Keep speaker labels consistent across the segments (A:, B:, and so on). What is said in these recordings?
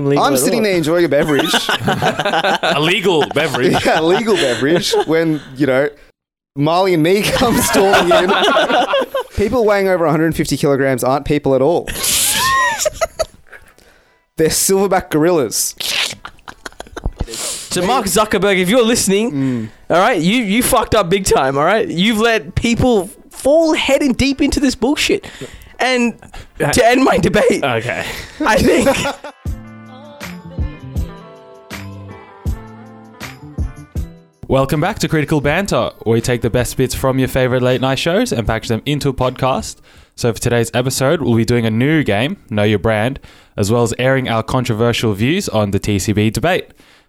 A: legal
B: I'm
A: at all.
C: "Oh."
B: sitting there enjoying a beverage,
D: a legal beverage.
B: yeah, legal beverage, when, you know, Marley and me come storming in. people weighing over 150 kilograms aren't people at all. They're silverback gorillas.
A: So Mark Zuckerberg, if you're listening,
B: Mm.
A: all right, you you fucked up big time. All right, you've let people fall head and deep into this bullshit. And to end my debate,
D: Okay.
A: I think
D: Welcome back to Critical Banter. where We take the best bits from your favorite late night shows and package them into a podcast. So for today's episode, we'll be doing a new game, Know Your Brand, as well as airing our controversial views on the TCB debate.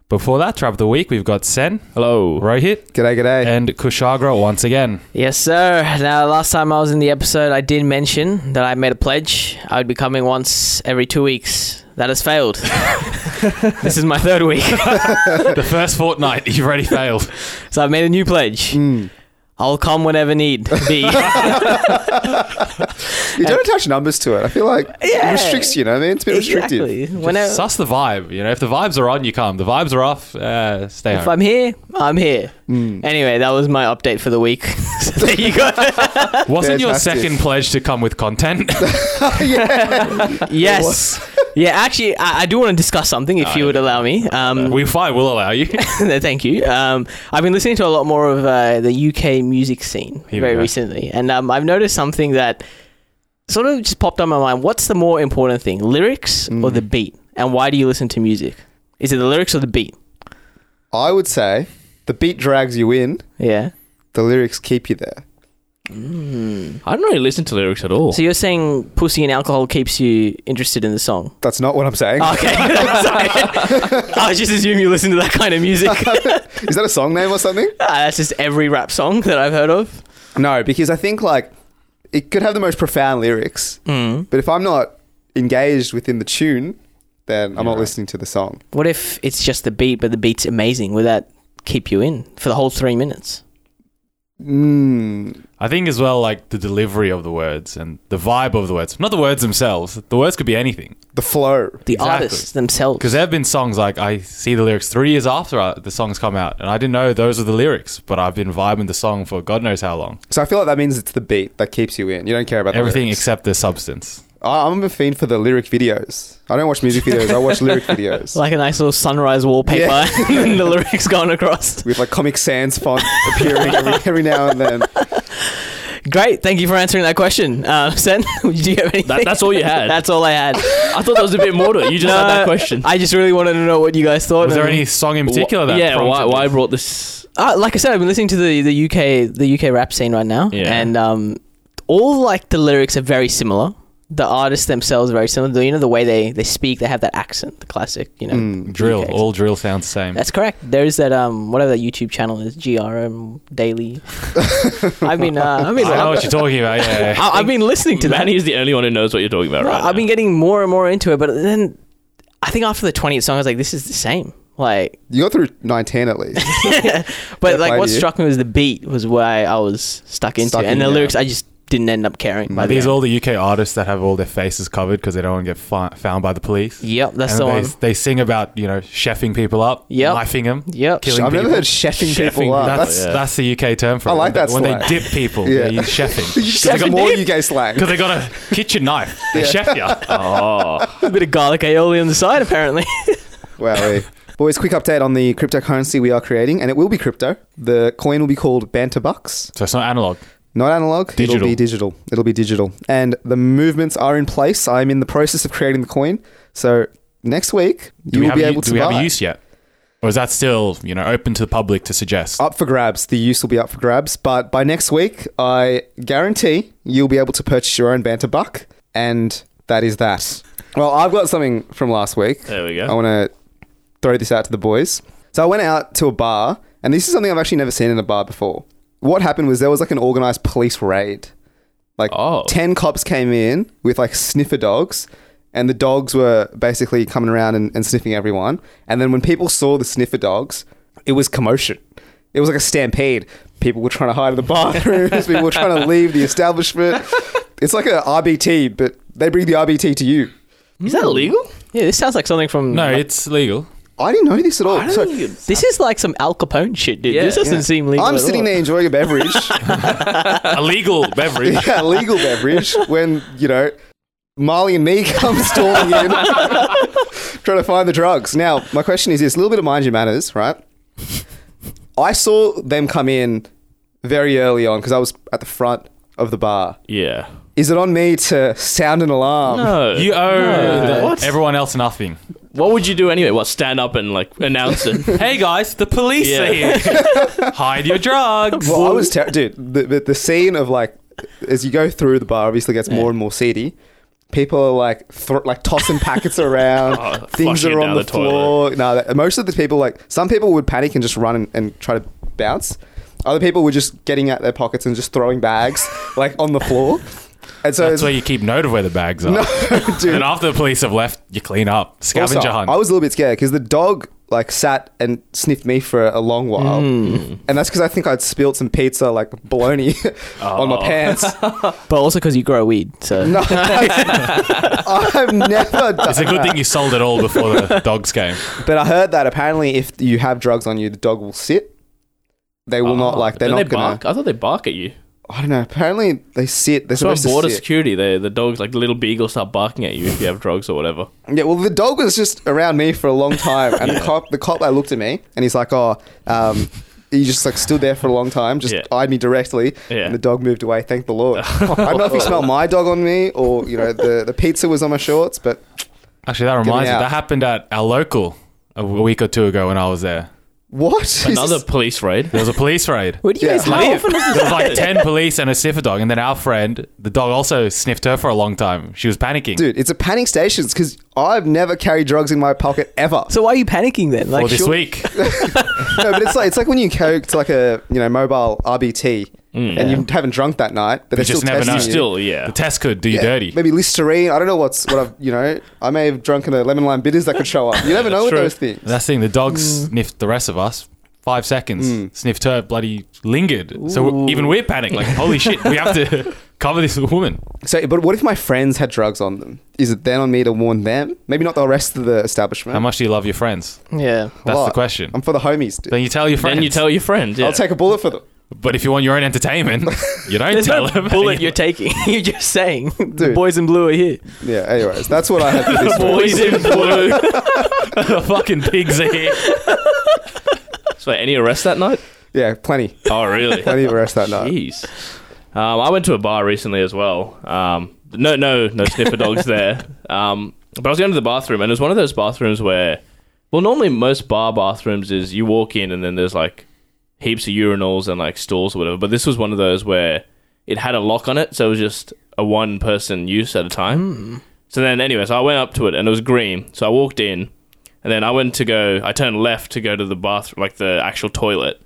D: Before that, trap of the week, we've got Sen,
E: Hello.
D: Rohit,
B: G'day, g'day.
D: and Kushagra once again.
C: Yes, sir. Now, last time I was in the episode, I did mention that I made a pledge I would be coming once every two weeks. That has failed. this is my third week,
D: the first fortnight, you've already failed.
C: so I've made a new pledge.
B: Mm. Hmm.
C: I'll come whenever need be.
B: you don't attach numbers to it. I feel like it
C: Yeah.
B: restricts you, know what I mean? It's a bit restrictive.
C: exactly. Whenever
D: Suss the vibe. You know, if the vibes are on, you come. The vibes are off, uh, stay
C: if
D: home.
C: I'm here, I'm here. Anyway, that was my update for the week. so there you go.
D: Wasn't your
B: Fantastic.
D: second pledge to come with content?
C: yes. Yeah, actually, I, I do want to discuss something,
D: Ah,
C: if you would allow me. Um,
D: we fine, we'll allow you.
C: No, Thank you. Um, I've been listening to a lot more of uh, the UK music scene
D: Here we
C: very
D: go.
C: recently, and um, I've noticed something that sort of just popped on my mind. What's the more important thing, lyrics or the beat? And why do you listen to music? Is it the lyrics or the beat?
B: I would say the beat drags you in,
C: Yeah.
B: the lyrics keep you there.
E: I don't really listen to lyrics at all.
C: So you're saying pussy and alcohol keeps you interested in the song?
B: That's not what I'm saying.
C: Okay. Sorry. I was just assuming you listen to that kind of music.
B: Is that a song name or something?
C: Ah, that's just every rap song that I've heard of.
B: No, because I think like it could have the most profound lyrics,
C: Mm.
B: but if I'm not engaged within the tune, then I'm not listening to the song.
C: What if it's just the beat, but the beat's amazing? Would that keep you in for the whole three minutes?
B: Mm.
D: I think as well, like the delivery of the words and the vibe of the words, not the words themselves. The words could be anything.
B: The flow.
C: The
D: Exactly.
C: artists themselves.
D: Because there have been songs like I see the lyrics three years after I, the song's come out, and I didn't know those were the lyrics, but I've been vibing the song for God knows how long.
B: So I feel like that means it's the beat that keeps you in. You don't care about the
D: Everything
B: lyrics.
D: except the substance.
B: I- I'm a fiend for the lyric videos. I don't watch music videos. I watch lyric videos
C: like a nice little sunrise wallpaper
B: Yeah.
C: and the lyrics going across.
B: with like Comic Sans font appearing every, every now and then.
C: Great. Thank you for answering that question. Uh, Sen, do you have anything?
E: That- that's all you had?
C: that's all I had.
E: I thought there was a bit more to it. You just had
C: No,
E: that question.
C: I just really wanted to know what you guys thought.
D: Was there
C: and-
D: any song in particular
E: Wh-
D: that?
E: yeah, why,
D: prompted
E: why I
D: this?
E: brought this?
C: Uh, like I said, I've been listening to the, the UK the UK rap scene right now,
E: Yeah.
C: and um, all like the lyrics are very similar. The artists themselves are very similar. The- You know the way they, they speak, they have that accent, the classic. You know,
B: Mm.
D: drill?
C: UK.
D: All drill sounds the same.
C: That's correct. There is that um whatever that YouTube channel is, GRM Daily. I've been uh, I've been
D: I know what
C: I,
D: you're talking about. Yeah, yeah.
C: I've been listening to that.
E: Manny is the only one who knows what you're talking about,
C: No,
E: right?
C: I've been
E: now.
C: getting more and more into it, but then I think after the twentieth song, I was like, this is the same. Like,
B: You got through 910 at least.
C: but
B: Fair play
C: like what
B: to you.
C: struck me was the beat was why I was stuck into,
B: Stuck
C: it. and
B: in,
C: the
B: yeah.
C: lyrics I just didn't end up caring. By
D: Are
C: the
D: these
C: end.
D: all the UK artists that have all their faces covered because they don't want to get fi- found by the police?
C: Yep, that's
D: And
C: the
D: they,
C: one.
D: They sing about you know chefing people up,
C: Yep.
D: knifing them,
C: Yep.
D: killing
B: I've
D: people.
B: never heard chefing people
E: Chefing
B: up.
E: people.
B: That's,
D: that's
E: yeah.
D: that's the UK term for
B: I
D: it.
B: like that
D: when they
B: slang.
D: dip people.
B: Yeah.
D: Yeah, you chefing.
B: you just have more UK slang.
D: Because they got a kitchen knife. They chef you.
E: Oh,
C: a bit of garlic aioli on the side, apparently.
B: Wow. eh. Boys, quick update on the cryptocurrency we are creating, and it will be crypto. The coin will be called Banter Bucks,
D: So it's not analog.
B: not analog. It'll be digital. It'll be digital. And the movements are in place. I'm in the process of creating the coin. So next week,
D: Do
B: you
D: we,
B: will
D: have
B: be
D: a,
B: able
D: do
B: to
D: we
B: buy.
D: have a use yet? Or is that still you know open to the public to suggest?
B: up for grabs. The use will be up for grabs. But by next week, I guarantee you'll be able to purchase your own Banter Buck. And that is that. Well, I've got something from last week.
E: there we
B: I
E: go.
B: want to throw this out to the boys. So I went out to a bar, and this is something I've actually never seen in a bar before. What happened was there was like an organized police raid. Like
E: Oh.
B: 10 cops came in with like sniffer dogs, and the dogs were basically coming around and, and sniffing everyone. And then when people saw the sniffer dogs, it was commotion. It was like a stampede. People were trying to hide in the bathrooms, people were trying to leave the establishment. It's like a RBT, but they bring the RBT to you.
E: Is that illegal?
C: Yeah, this sounds like something from.
D: No, it's legal.
B: I didn't know this at all. So,
C: This is like some Al Capone shit, dude.
A: Yeah.
C: This doesn't
B: yeah.
C: seem legal.
B: I'm
C: at
B: sitting
C: all.
B: there enjoying a beverage,
D: A legal beverage.
B: yeah, legal beverage, when you know Marley and me come storming in, trying to find the drugs. Now, my question is this: a little bit of mind your manners, right? I saw them come in very early on because I was at the front of the bar.
E: Yeah.
B: Is it on me to sound an alarm?
E: No.
D: You owe the-
E: What?
D: everyone else nothing.
E: what would you do anyway? What, stand up and like announce it?
D: Hey guys, the police
E: Yeah.
D: are here. Hide your drugs.
B: Well, I was ter- dude. The, the the scene of like as you go through the bar obviously gets more and more seedy. People are like thr like tossing packets around.
E: Oh,
B: Things
E: flushing
B: are
E: it
B: on
E: down
B: the,
E: the toilet.
B: floor. No, that, most of the people like some people would panic and just run and, and try to bounce. Other people were just getting out their pockets and just throwing bags like on the floor. And so
D: That's where you keep note of where the bags are.
B: dude.
D: And after the police have left, you clean up. Scavenger
B: Also,
D: hunt.
B: I was a little bit scared because the dog like sat and sniffed me for a long while,
E: Mm.
B: and that's because I think I'd spilled some pizza like bologna on my
E: Oh.
B: pants.
C: But also because you grow weed, so.
B: No, I've never done
D: it's a good
B: that.
D: thing you sold it all before the dogs came.
B: But I heard that apparently, if you have drugs on you, the dog will sit. They will not like. They're
E: Don't
B: not
E: Oh, they
B: gonna.
E: bark? I thought they bark at you.
B: I don't know. Apparently, they sit. They're
E: So on
B: supposed to
E: border
B: sit.
E: security, they, the dogs, like little beagles, start barking at you if you have drugs or whatever.
B: Yeah, well, the dog was just around me for a long time, and the cop, the cop, like, looked at me, and he's like, "Oh, um, he just like stood there for a long time, just
E: Yeah.
B: eyed me directly,
E: Yeah.
B: and the dog moved away. Thank the Lord. I don't know if he smelled my dog on me, or you know, the the pizza was on my shorts, but
D: Actually, that
B: me
D: reminds me.
B: out.
D: That happened at our local a week or two ago when I was there.
B: what? Is
E: Another
B: this-
E: police raid.
D: There was a police raid.
C: Where do you
B: Yeah.
C: guys how often is
D: There was like 10 police and a sniffer dog. And then our friend, the dog also sniffed her for a long time. She was panicking.
B: dude, it's a panic stations because I've never carried drugs in my pocket ever.
C: So why are you panicking then? Like,
D: or this
C: sure-
D: week.
B: no, but it's like it's like when you coke to like a you know mobile RBT, and you haven't drunk that night, but they're
D: just
B: still
D: never
B: testing
D: know.
B: you.
E: Still, yeah.
D: The test could do you dirty.
B: Maybe Listerine. I don't know what's what I've you know. I may have drunken a lemon lime bitters that could show up. You never know with
E: true.
B: those things.
D: That's the thing. The dog
B: Mm.
D: sniffed the rest of us. Five seconds. Sniffed her. Bloody lingered. So even we're panicked. Like, holy shit, we have to cover this woman.
B: So, but what if my friends had drugs on them? Is it then on me to warn them? Maybe not the rest of the establishment.
D: How much do you love your friends?
C: Yeah.
B: A
D: That's
B: lot.
D: the question.
B: I'm for the homies. Dude.
D: then you tell your friends.
E: Then you tell your friends. Yeah.
B: I'll take a bullet for them.
D: But if you want your own entertainment, you don't
C: There's
D: tell
C: no
D: them.
C: bullet you're taking. You're just saying the
B: Dude.
C: boys in blue are here.
B: Yeah. Anyways, that's what I had. For this story.
E: Boys in blue.
D: the fucking pigs are here.
E: so, any arrests that night?
B: yeah, plenty,
E: Oh, really?
B: plenty of arrests that night.
E: Jeez. Um, I went to a bar recently as well. Um, no, no, no sniffer dogs there. Um, but I was going to the bathroom, and it was one of those bathrooms where, well, normally most bar bathrooms is you walk in and then there's like heaps of urinals and like stalls or whatever. But this was one of those where it had a lock on it, so it was just a one person use at a time. So then, anyway, so I went up to it and it was green. So I walked in, and then I went to go. I turned left to go to the bathroom, like the actual toilet.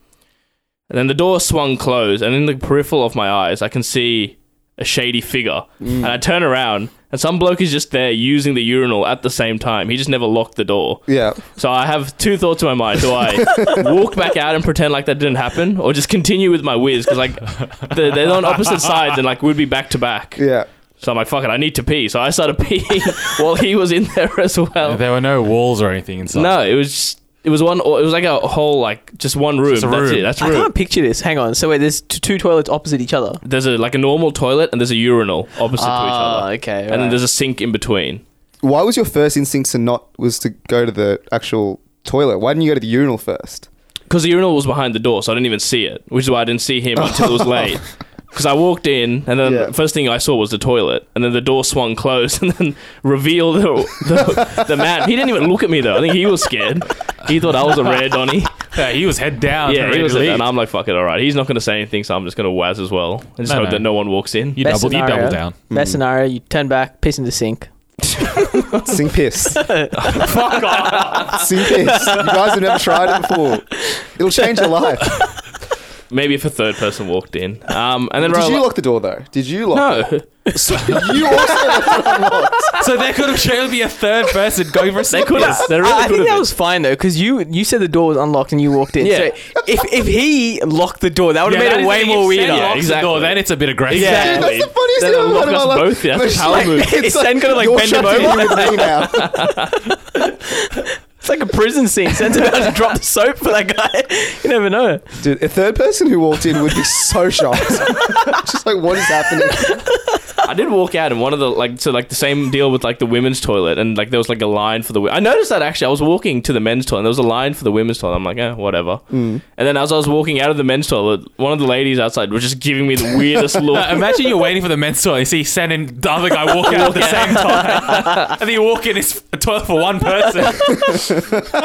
E: And then the door swung closed, and in the peripheral of my eyes, I can see a shady figure. And I turn around, and some bloke is just there using the urinal at the same time. He just never locked the door.
B: Yeah.
E: So I have two thoughts in my mind. Do I walk back out and pretend like that didn't happen, or just continue with my whiz? Because, like, they're, they're on opposite sides, and, like, we'd be back to back.
B: Yeah.
E: So I'm like, fuck it, I need to pee. So I started peeing while he was in there as well.
D: There were no walls or anything inside.
E: No, it was just, it was one, it was like a whole, like, just one room.
D: Just a
E: That's
D: room.
E: it. That's
C: I
E: room.
C: can't picture this. Hang on. So wait, there's t- two toilets opposite each other.
E: there's a like a normal toilet and there's a urinal opposite to each
C: Ah,
E: other,
C: okay.
E: and then
C: right.
E: there's a sink in between.
B: Why was your first instinct to not was to go to the actual toilet? Why didn't you go to the urinal first?
E: Because the urinal was behind the door, so I didn't even see it, which is why I didn't see him until it was late. Because I walked in, and then
B: Yeah.
E: the first thing I saw was the toilet, and then the door swung closed, and then revealed the, the, the man. He didn't even look at me though. I think he was scared. He thought I was a rare Donny.
D: Yeah, he was head down.
E: yeah,
D: ready
E: he was,
D: to leave.
E: and I'm like, fuck it, all right. He's not going to say anything, so I'm just going to waz as well, and just
D: No,
E: hope
D: no.
E: that no one walks in.
D: you
C: Best
D: doubled. You
C: scenario.
D: doubled down.
C: Best
B: Hmm.
C: scenario, you turn back, piss in the sink.
B: Sing piss. Fuck off. Sing piss. You guys have never tried it before. It'll change your life.
E: maybe if a third person walked in. Um, and then
B: Did
E: Rowan,
B: you
E: like-
B: lock the door though? Did you lock?
E: no,
B: So you also left it unlocked.
D: So there could have surely be a third person going for a
E: they
D: sniff.
E: could have. They really
A: I, I
E: could
A: think that
E: have.
A: was fine though, because you you said the door was unlocked and you walked in.
E: Yeah.
A: So if if he locked the door, that would have made it way more weirder.
E: Yeah,
D: Yeah,
E: exactly.
D: exactly. Then it's a bit aggressive.
E: Yeah.
B: Dude, that's the funniest
E: Then
B: thing I've heard in my
E: unlock us
B: life.
E: both, yeah,
B: But
E: that's
B: she's
E: how it moves.
A: Is Sam gonna, like,
B: you're
A: bend him
B: shut in
A: over?
B: with me now.
A: It's like a prison scene. Sam's about to drop the soap for that guy. You never know.
B: Dude, a third person who walked in would be so shocked. Just like, what is happening?
E: I did walk out, and one of the like so like the same deal with like the women's toilet, and like there was like a line for the. wo- I noticed that actually, I was walking to the men's toilet, and there was a line for the women's toilet. I'm like, eh, whatever. And then as I was walking out of the men's toilet, one of the ladies outside was just giving me the weirdest look.
D: Uh, imagine you're waiting for the men's toilet. You see Sen and the other guy walk out at the same time. and then you walk in, it's a toilet for one person.
B: I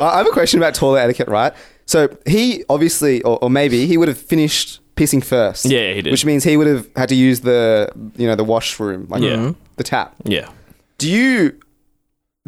B: I have a question about toilet etiquette, right? So he obviously, or, or maybe he would have finished pissing first.
E: Yeah, he did.
B: Which means he would have had to use the, you know, the washroom, like
E: Yeah.
B: the tap.
E: yeah.
B: Do you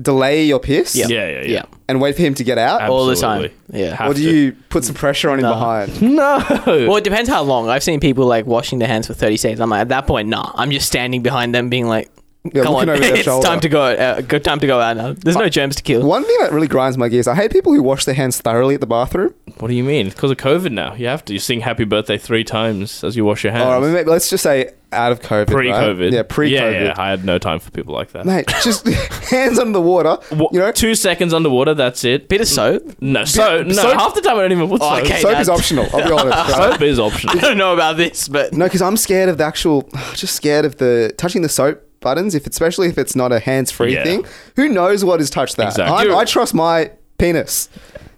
B: delay your piss
E: yeah, yeah, yeah,
C: Yeah.
B: and wait for him to get out,
E: Ab-
C: all the
E: Absolutely.
C: time. Yeah.
E: Have
B: or do
E: to.
B: you put some pressure on him behind?
E: No.
C: Well, it depends how long. I've seen people like washing their hands for 30 seconds. I'm like, at that point, nah. I'm just standing behind them, being like,
B: Yeah,
C: come on,
B: looking over their
C: it's
B: shoulder.
C: time to go. Uh, go time to go out now. There's no germs to kill.
B: One thing that really grinds my gears, I hate people who wash their hands thoroughly at the bathroom.
E: What do you mean? Because of COVID now, you have to. You sing "Happy Birthday" three times as you wash your hands.
B: Or I mean, maybe- let's just say out of COVID. right?
E: pre-COVID,
B: Yeah, pre
E: Yeah,
B: COVID.
E: yeah, I had no time for people like that.
B: Mate, just hands under the water.
E: What,
B: You know,
E: two seconds underwater. That's it.
C: Bit of soap.
E: No, so no.
B: soap-
E: half the time I don't even put soap.
C: okay.
B: soap
C: that-
B: is optional. I'll be honest. right?
E: Soap is optional.
C: I don't know about this, but
B: No, because I'm scared of the actual. Just scared of the touching the soap buttons, if especially if it's not a hands-free
E: Yeah.
B: thing. Who knows what has touched that?
E: Exactly.
B: I'm- I trust my penis.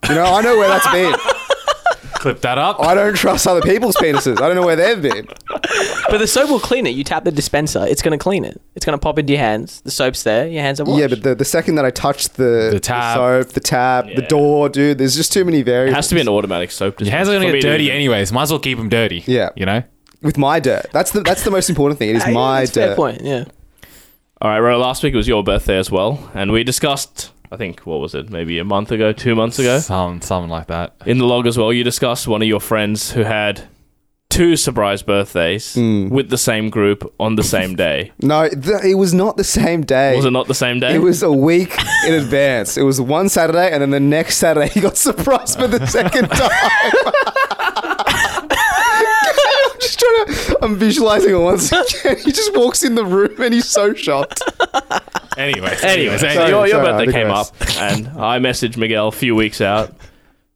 B: You know, I know where that's been.
D: Clip that up.
B: I don't trust other people's penises. I don't know where they've been.
C: but the soap will clean it. You tap the dispenser, it's gonna clean it. It's gonna pop into your hands. The soap's there. Your hands are washed.
B: Yeah, but the, the second that I touched the,
D: The tap.
B: soap, the tap, the
E: Yeah.
B: door, dude, there's just too many
E: It
B: variables.
E: has to be an automatic soap.
D: Your hands are
E: dispenser
D: going
E: for
D: to
E: me
D: get dirty
E: even-
D: anyways. Might as well keep them dirty.
B: Yeah.
D: You know?
B: With my dirt, that's the that's the most important thing. It is
C: Hey,
B: my
C: that's a
B: dirt.
C: fair point. Yeah.
E: All right, Ro. Last week was your birthday as well, and we discussed. I think what was it? Maybe a month ago, two months ago,
D: Some, something like that.
E: in the log as well. You discussed one of your friends who had two surprise birthdays
B: Mm.
E: with the same group on the same day.
B: No, th- it was not the same day.
E: Was it not the same day?
B: It was a week in advance. It was one Saturday, and then the next Saturday he got surprised for the second time. I'm just trying to. I'm visualizing it once again. He just walks in the room and he's so shocked.
D: Anyways.
E: Anyway,
D: anyways.
E: so
B: Sorry,
E: your, your
B: sorry, I
E: birthday came
B: digress.
E: up, and I messaged Miguel a few weeks out.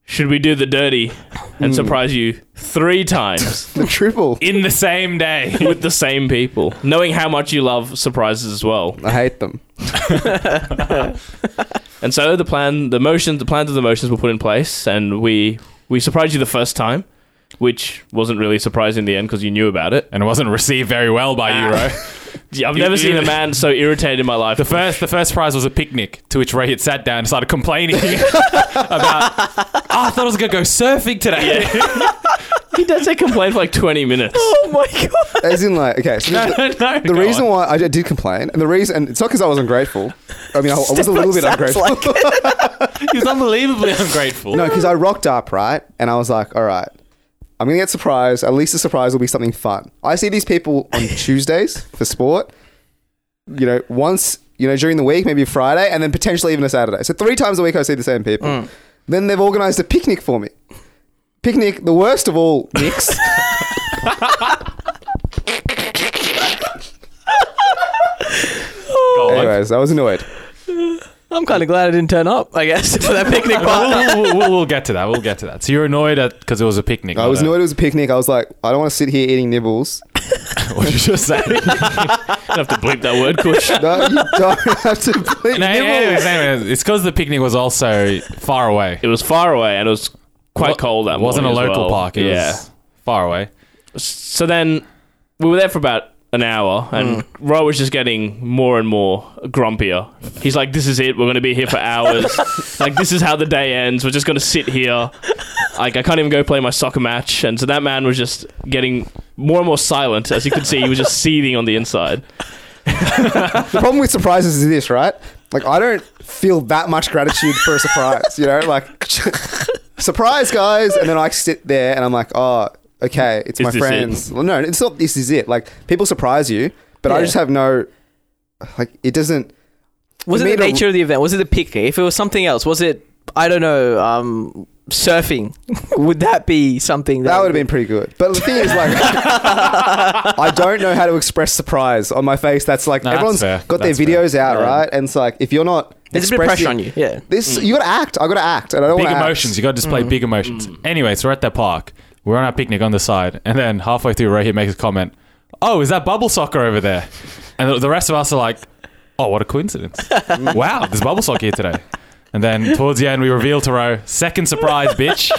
E: Should we do the dirty
B: Hmm.
E: and surprise you three times
B: The triple.
D: in the same day.
E: with the same people, knowing how much you love surprises as well?
B: I hate them.
E: And so the plan, the motions, the plans of the motions were put in place, and we we surprised you the first time, which wasn't really surprising in the end because you knew about it.
D: And it wasn't received very well by you, Ro.
E: Yeah, I've
D: You-
E: never
D: you-
E: seen a man so irritated in my life.
D: The first, the first prize was a picnic to which Ray had sat down and started complaining about. "Oh, I thought I was gonna go surfing today.
E: he does say complain for like twenty minutes.
C: Oh my god.
B: As in, like, okay. So the,
D: no,
B: the reason why I did complain, and the reason, and it's not because I was ungrateful. I mean, I, I was a little bit ungrateful.
D: he was unbelievably ungrateful.
B: No, because I rocked up, right? And I was like, all right, I'm going to get surprised. At least the surprise will be something fun. I see these people on Tuesdays for sport, you know, once, you know, during the week, maybe a Friday, and then potentially even a Saturday. So three times a week, I see the same people. Then they've organized a picnic for me. Picnic, the worst of all Nicks. Anyways, I was annoyed.
C: I'm kind of glad I didn't turn up. I guess for that picnic part.
D: we'll, we'll, we'll, we'll get to that. We'll get to that. So you're annoyed at because it was a picnic.
B: I
D: not
B: was
D: a-
B: annoyed it was a picnic. I was like, I don't want to sit here eating nibbles.
D: What did you just say?
E: I have to bleep that word, Kush.
B: No, you don't have to bleep nibbles.
D: No, anyways, anyways, it's because the picnic was also far away.
E: It was far away and it was quite
D: Wa-
E: cold. That
D: It wasn't a
E: morning as
D: local
E: well.
D: park. It
E: yeah.
D: was far away.
E: So then we were there for about an hour, and Ro was just getting more and more grumpier. He's like, "This is it. We're going to be here for hours. like, this is how the day ends. We're just going to sit here. Like, I can't even go play my soccer match." And so that man was just getting more and more silent. As you could see, he was just seething on the inside.
B: the problem with surprises is this, right? Like, I don't feel that much gratitude for a surprise, you know? Like, surprise, guys. And then I sit there and I'm like, oh, okay, it's
E: Is
B: my
E: this it?
B: friends. Well, no, it's not. This is it. Like people surprise you, but I
A: Yeah.
B: just have no. Like it doesn't.
A: Was
B: For
A: it
B: me
A: the
B: to-
A: nature of the event? Was it the pick? If it was something else, was it I don't know, um, surfing? would that be something that,
B: That would have been pretty good. But the thing is, like, I don't know how to express surprise on my face. That's like
D: No, that's
B: everyone's
D: fair.
B: got
D: That's
B: their
D: fair.
B: videos out, right? And it's like if you're not,
A: There's a bit of
B: expressing-
A: pressure on you. Yeah. Mm.
B: This you got to act. I got to act, and I don't
D: big
B: want to.
D: emotions. You got to display
B: Mm.
D: big emotions. Anyway, so we're at that park. We're on our picnic on the side, and then halfway through, Rohit makes a comment. Oh, is that bubble soccer over there? And the- the rest of us are like, oh, what a coincidence! wow, there's bubble soccer here today. And then towards the end, we reveal to Ro, second surprise, bitch.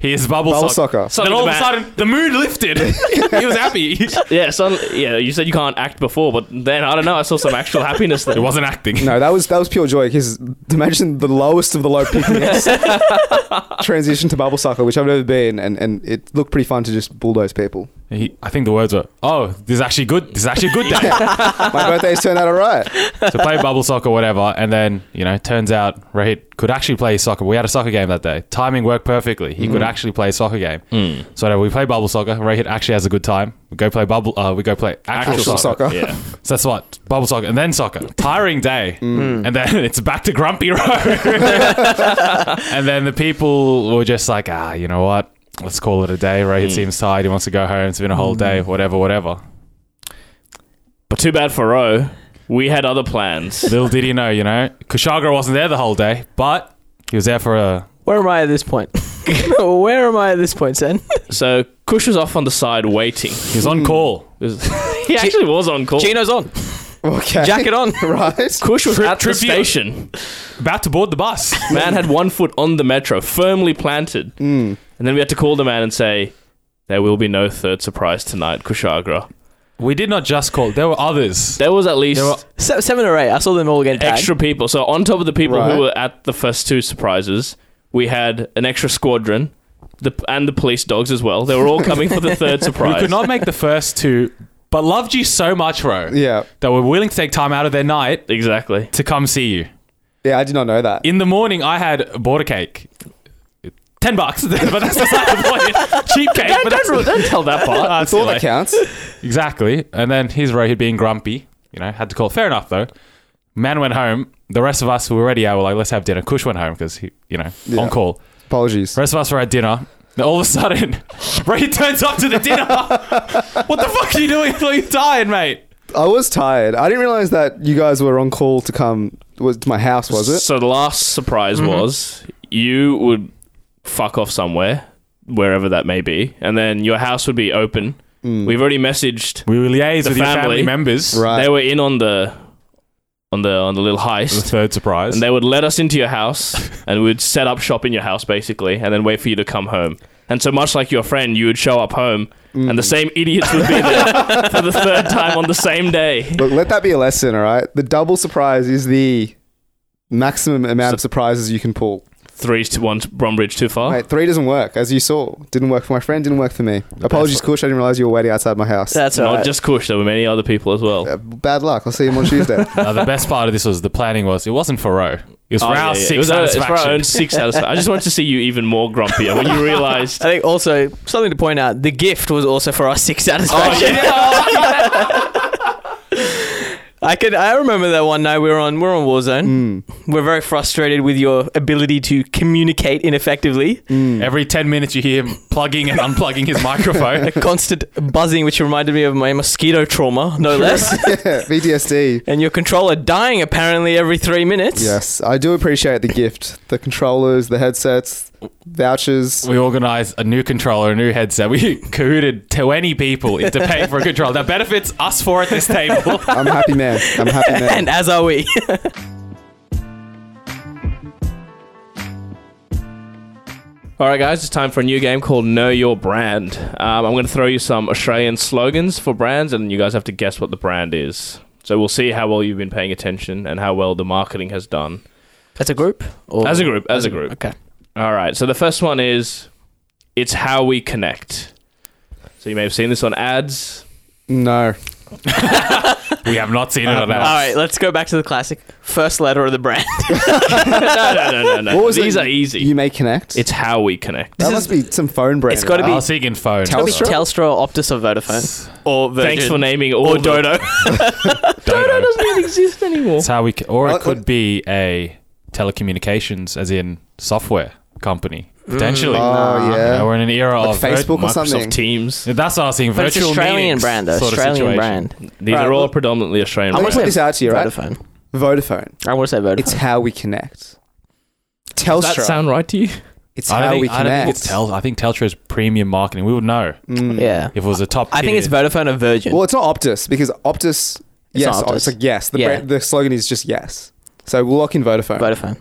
D: Here's bubble,
B: Bubble
D: soc-
B: soccer.
D: And then all of a sudden, the mood lifted. he was happy. it
E: Yeah, son, yeah, you said you can't act before, but then I don't know. I saw some actual happiness there.
D: wasn't acting.
B: No, that was that was pure joy. Because imagine the lowest of the low picnics transition to bubble soccer, which I've never been, and, and it looked pretty fun to just bulldoze people.
D: He, I think the words were, "Oh, this is actually good. This is actually a good day."
B: My birthday's turned out all right.
D: so play bubble soccer, whatever, and then you know, turns out Rohit could actually play soccer. We had a soccer game that day. Timing worked perfectly. He could actually play a soccer game. So whatever, we play bubble soccer. Rohit actually has a good time. We go play bubble. Uh, we go play actual,
B: Actual
D: soccer.
B: soccer.
E: Yeah.
D: So that's what bubble soccer, and then soccer. Tiring day,
B: Mm.
D: and then it's back to grumpy road. and then the people were just like, ah, you know what? Let's call it a day. Rohit seems tired. He wants to go home. It's been a whole day. Whatever, whatever.
E: But too bad for Ro. We had other plans.
D: Little did he know, you know, Kushagra wasn't there the whole day, but he was there for a.
A: Where am I at this point? Where am I at this point, Sen?
E: So Kush was off on the side waiting.
D: He was on call.
E: It was- he actually was on call.
A: Gino's on.
B: Okay.
A: Jacket on.
B: right?
E: Kush was
D: Tri-
E: at the
D: tribute.
E: station.
D: About to board the bus.
E: Man had one foot on the metro, firmly planted.
B: Mm,
E: And then we had to call the man and say, there will be no third surprise tonight, Kushagra.
D: we did not just call. There were others.
E: There was at least
D: There were
A: Se- seven or eight. I saw them all again. tagged.
E: extra people. So on top of the people
B: Right.
E: who were at the first two surprises, we had an extra squadron, the, and the police dogs as well. They were all coming for the third
D: we
E: surprise.
D: could not make the first two, but loved you so much, Ro,
B: Yeah.
D: that were willing to take time out of their night
E: exactly.
D: to come see you.
B: Yeah, I did not know that.
D: In the morning, I had border cake. Ten bucks, but that's that's not the point. Cheap cake, but that's
E: Don't, don't tell that part.
D: Ah,
B: That's all
D: silly.
B: that counts.
D: Exactly. And then here's Rohit being grumpy. You know, had to call. Fair enough, though. Man went home. The rest of us who were already out were like, let's have dinner. Kush went home because he, you know,
B: Yeah.
D: on call.
B: Apologies.
D: The rest of us were at dinner. Then all of a sudden, Rohit turns up to the dinner. what the fuck are you doing? I thought you died, mate.
B: I was tired. I didn't realize that you guys were on call to come was to my house, was it?
E: So the last surprise was you would fuck off somewhere, wherever that may be, and then your house would be open. We've already messaged.
D: We were liaised
E: The
D: with your family
E: family.
D: members.
B: Mm. Right.
E: They were in on the on the on the little
D: The
E: heist.
D: third surprise.
E: And they would let us into your house and we'd set up shop in your house basically and then wait for you to come home. And so much like your friend, you would show up home and
B: Mm.
E: the same idiots would be there for the third time on the same day.
B: Look, let that be a lesson, all right? The double surprise is the maximum amount of surprises you can pull.
E: Three's to one Brombridge too far.
B: Mate, three doesn't work, as you saw. Didn't work for my friend, didn't work for me. Apologies, Kush. I didn't realize you were waiting outside my house.
A: That's all
E: Not
A: right.
E: just Kush, there were many other people as well.
B: Uh, bad luck. I'll see you on Tuesday.
D: Now, the best part of this was the planning was it wasn't for Ro. It was
E: Oh,
D: for
E: yeah,
D: our
E: yeah.
D: six
E: it was our- it's for
D: satisfaction.
E: our own six satisfaction. I just wanted to see you even more grumpier when you realized.
A: I think also something to point out. The gift was also for us six
E: Oh,
A: satisfaction.
E: yeah.
A: I could. I remember that one night we were on. We are on Warzone. We're very frustrated with your ability to communicate ineffectively.
B: Mm.
D: Every 10 minutes, you hear him plugging and unplugging his microphone.
A: Constant buzzing, which reminded me of my mosquito trauma, no less.
B: yeah, VTSD.
A: and your controller dying apparently every three minutes.
B: Yes, I do appreciate the gift. The controllers, the headsets, vouchers.
D: We organised a new controller, a new headset. We cahooted 20 people into paying for a controller that benefits us four at this table.
B: I'm a happy man. I'm a happy man.
A: And as are we.
E: All right, guys, it's time for a new game called Know Your Brand. Um, I'm going to throw you some Australian slogans for brands, and you guys have to guess what the brand is. So we'll see how well you've been paying attention and how well the marketing has done.
A: As a group? Or
E: As a group, as a group.
A: Okay.
E: All right, so the first one is It's How We Connect. So you may have seen this on ads.
B: No.
D: We have not seen it on
C: Um, All
D: our.
C: right, let's go back to the classic. First letter of the brand.
E: no, no, no, no, no.
B: What was
E: These
B: it?
E: are easy.
B: You may connect.
E: it's how we connect.
B: that must be some phone brand.
C: it's gotta
D: I was thinking phone.
B: Tell-
C: It'll be Telstra, or Optus, or Vodafone. Or
E: Thanks for naming all
C: Or
E: of them.
C: Dodo.
D: Dodo doesn't
C: Doesn't exist anymore.
D: It's how we, c- or
B: Well, uh,
D: it could
B: it-
D: be a telecommunications, as in software company, potentially.
B: Oh,
D: You
B: yeah.
D: know, we're in an era
B: Like
D: of vir-
B: Facebook or
D: Microsoft
B: something.
E: Teams.
D: Yeah, That's what I was thinking.
C: But it's
D: Virtual
C: Australian
D: meetings
C: brand, though.
D: sort of
C: Australian
D: situation.
C: brand.
E: These
B: Alright,
E: are all
B: well-
E: predominantly Australian.
B: I'm
E: brands.
B: gonna put this out to you, right?
C: Vodafone.
B: Vodafone.
C: I want to say Vodafone.
B: It's how we connect. Telstra.
E: Does that sound right to you?
B: it's
D: I don't,
B: how
D: think,
B: we
D: I
B: connect.
D: don't think it's Tel- I think Telstra is premium marketing. We would know
B: Mm.
C: yeah.
D: if it was a top.
C: I think
D: tier.
C: it's Vodafone or Virgin.
B: Well, it's not Optus because Optus. yes,
C: not
B: Optus. it's
C: Optus.
B: like yes. The
C: Yeah.
B: brand, the slogan is just yes. So we'll lock in Vodafone.
C: Vodafone.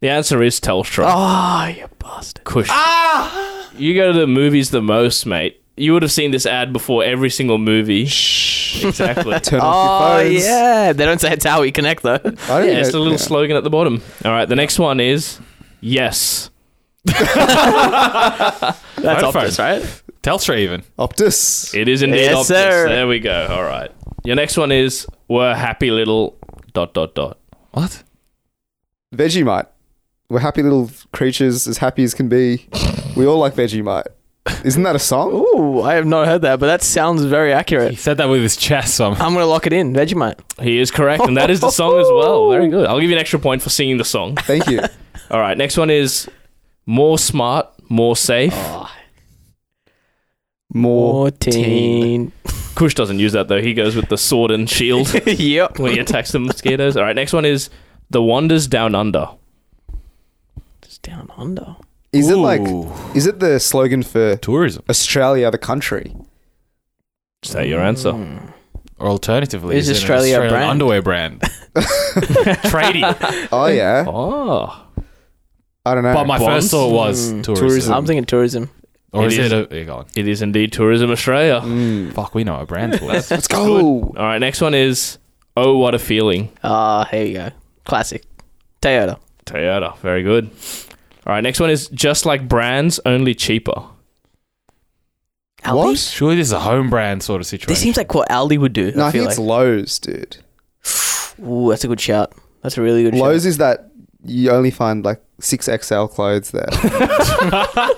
E: The answer is Telstra.
C: Oh, you bastard.
E: Cush. Ah! You go to the movies the most, mate. You would have seen this ad before every single movie. Shh. Exactly.
B: Turn
C: Oh,
B: off your phones.
C: yeah. They don't say it's how we connect, though.
B: I don't
E: Yeah,
B: know-
E: it's a little
B: yeah.
E: slogan at the bottom. All right, the next one is yes.
C: That's
D: Vodafone.
C: Optus, right?
D: Telstra even.
B: Optus.
E: It is indeed
C: Yes,
E: Optus.
C: sir.
E: There we go. All right. Your next one is we're happy little dot dot dot.
D: What?
B: Vegemite. We're happy little creatures, as happy as can be. we all like Vegemite. Isn't that a song?
C: Ooh, I have not heard that, but that sounds very
D: He
C: accurate.
D: said that with his chest. So I'm-
C: I'm going to lock it in. Vegemite.
E: He is correct, and that is the song as well. Very good. I'll give you an extra point for singing the song.
B: Thank you.
E: All right, next one is more smart, more safe.
C: Oh.
B: More teen.
C: 14.
E: Kush doesn't use that though. He goes with the sword and shield
C: yep.
E: when he attacks the mosquitoes. All right, next one is the wonders down under.
C: It's down under.
B: Is it
D: Ooh.
B: like? Is it the slogan for
D: tourism,
B: Australia, the country?
E: Say your answer.
C: Mm.
D: or alternatively,
C: Is
D: it an
C: Australia a
D: Australian
C: brand?
D: underwear brand? Tradie.
B: Oh yeah.
E: Oh,
B: I don't know.
D: But my
E: Bonds?
D: first thought was
C: Mm.
D: tourism.
B: Tourism.
C: I'm thinking tourism.
D: Or
E: It
D: is,
E: is.
D: it a? yeah, Go on.
E: it is indeed Tourism Australia.
B: Mm.
D: Fuck, we know our brand. boys.
B: Let's go.
E: All right, next one is oh what a feeling.
C: Ah, here you go. Classic. Toyota.
E: Toyota, very good. All right, next one is just like brands, only cheaper.
C: Aldi?
B: What?
D: Surely this is a home brand sort of situation.
C: This seems like what Aldi would do.
B: No,
C: I
B: I
C: feel
B: think
C: like.
B: it's Lowe's, dude.
C: Ooh, that's a good shout. That's a really good shout.
B: Lowe's is that you only find like six XL clothes there. you know